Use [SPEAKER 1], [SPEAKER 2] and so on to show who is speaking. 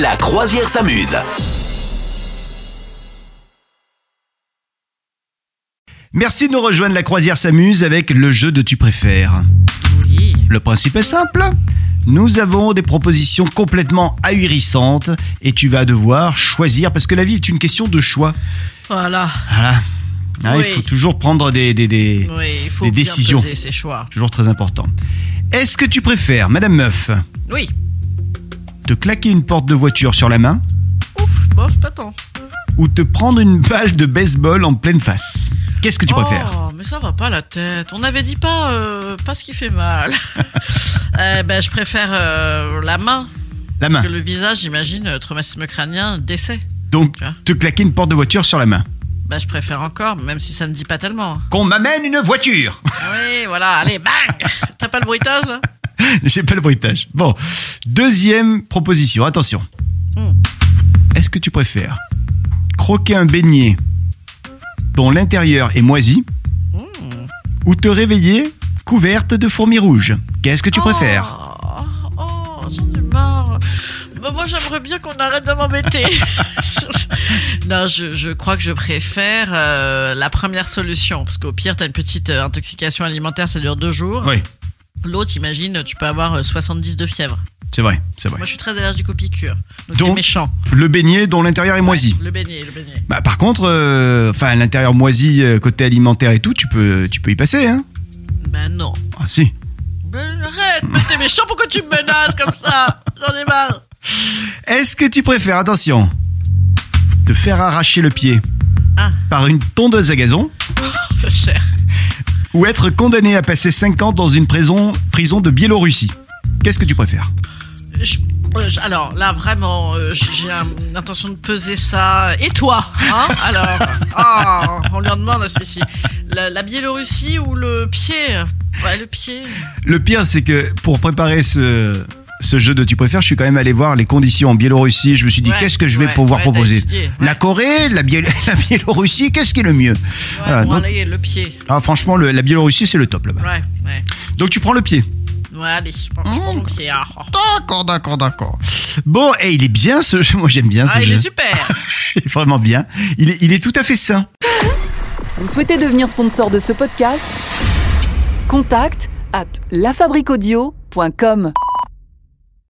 [SPEAKER 1] La croisière s'amuse.
[SPEAKER 2] Merci de nous rejoindre. La croisière s'amuse avec le jeu de tu préfères. Le principe est simple. Nous avons des propositions complètement ahurissantes et tu vas devoir choisir parce que la vie est une question de choix.
[SPEAKER 3] Voilà.
[SPEAKER 2] Voilà. Hein,
[SPEAKER 3] Oui.
[SPEAKER 2] Il faut toujours prendre des, des, des-
[SPEAKER 3] Oui, il faut
[SPEAKER 2] Des
[SPEAKER 3] bien
[SPEAKER 2] décisions.
[SPEAKER 3] peser ses choix.
[SPEAKER 2] toujours très important. Est-ce que tu préfères, Madame Meuf,
[SPEAKER 3] Oui.
[SPEAKER 2] te claquer une porte de voiture sur la main
[SPEAKER 3] Ouf, bof, pas tant.
[SPEAKER 2] ou te prendre une balle de baseball en pleine face Qu'est-ce que tu préfères
[SPEAKER 3] Oh, mais ça va pas la tête. On avait dit pas, euh, pas ce qui fait mal. Eh ben, je préfère euh, la main.
[SPEAKER 2] La
[SPEAKER 3] Parce
[SPEAKER 2] main.
[SPEAKER 3] que le visage, j'imagine, euh, traumatisme crânien, décès.
[SPEAKER 2] Donc,
[SPEAKER 3] Tu vois.
[SPEAKER 2] te claquer une porte de voiture sur la main.
[SPEAKER 3] Bah, je préfère encore, même si ça ne dit pas tellement.
[SPEAKER 2] Qu'on m'amène une voiture
[SPEAKER 3] Ah oui, voilà, allez, bang T'as pas le bruitage, là
[SPEAKER 2] J'ai pas le bruitage. Bon, deuxième proposition, attention.
[SPEAKER 3] Hmm.
[SPEAKER 2] Est-ce que tu préfères croquer un beignet dont l'intérieur est moisi ou te réveiller couverte de fourmis rouges Qu'est-ce que tu préfères
[SPEAKER 3] Oh, oh, j'en ai marre. Bah, moi, j'aimerais bien qu'on arrête de m'embêter. non, je, je crois que je préfère euh, la première solution. Parce qu'au pire, t'as une petite euh, intoxication alimentaire, ça dure deux jours.
[SPEAKER 2] Oui,
[SPEAKER 3] L'autre, imagine, tu peux avoir euh, 70 de fièvre.
[SPEAKER 2] c'est vrai, c'est vrai.
[SPEAKER 3] Moi, je suis très allergique aux piqûres. Donc,
[SPEAKER 2] Donc,
[SPEAKER 3] t'es méchant.
[SPEAKER 2] Le beignet dont l'intérieur est moisi.
[SPEAKER 3] Le beignet, le beignet.
[SPEAKER 2] Bah, par contre, euh, enfin l'intérieur moisi euh, côté alimentaire et tout, tu peux, tu peux y passer, hein
[SPEAKER 3] Bah, non.
[SPEAKER 2] Ah si.
[SPEAKER 3] Bah, arrête, mais t'es méchant, pourquoi tu me menaces comme ça J'en ai marre.
[SPEAKER 2] Est-ce que tu préfères, attention, te faire arracher le pied
[SPEAKER 3] Ah.
[SPEAKER 2] par une tondeuse à gazon
[SPEAKER 3] Peu cher.
[SPEAKER 2] ou être condamné à passer 5 ans dans une prison, prison de Biélorussie Qu'est-ce que tu préfères
[SPEAKER 3] Je- euh, je- alors là vraiment, euh, j- j'ai un- l'intention de peser ça. Et toi hein Alors, ah, on lui en demande à celui-ci. La, la Biélorussie ou le pied Ouais, le pied.
[SPEAKER 2] Le pire, c'est que pour préparer ce, ce jeu de tu préfères, je suis quand même allé voir les conditions en Biélorussie. Je me suis dit,
[SPEAKER 3] Ouais,
[SPEAKER 2] qu'est-ce que je vais
[SPEAKER 3] ouais,
[SPEAKER 2] pouvoir
[SPEAKER 3] ouais, t'as
[SPEAKER 2] proposer
[SPEAKER 3] étudié, ouais.
[SPEAKER 2] La Corée, la, Biél- la Biélorussie, qu'est-ce qui est le mieux
[SPEAKER 3] Ouais,
[SPEAKER 2] Voilà,
[SPEAKER 3] bon,
[SPEAKER 2] donc-
[SPEAKER 3] allez, le pied.
[SPEAKER 2] Ah, franchement, le- la Biélorussie, c'est le top là-bas.
[SPEAKER 3] Ouais, ouais.
[SPEAKER 2] Donc tu prends le pied.
[SPEAKER 3] Ouais, allez, je prends, je prends mon pied. Ah, ah.
[SPEAKER 2] D'accord, d'accord, d'accord. Bon, et il est bien ce jeu. Moi, j'aime bien ce
[SPEAKER 3] Ah, il
[SPEAKER 2] jeu.
[SPEAKER 3] est super
[SPEAKER 2] Il est vraiment bien. Il est, il est tout à fait sain.
[SPEAKER 4] Vous souhaitez devenir sponsor de ce podcast Contact à lafabriquaudio.com.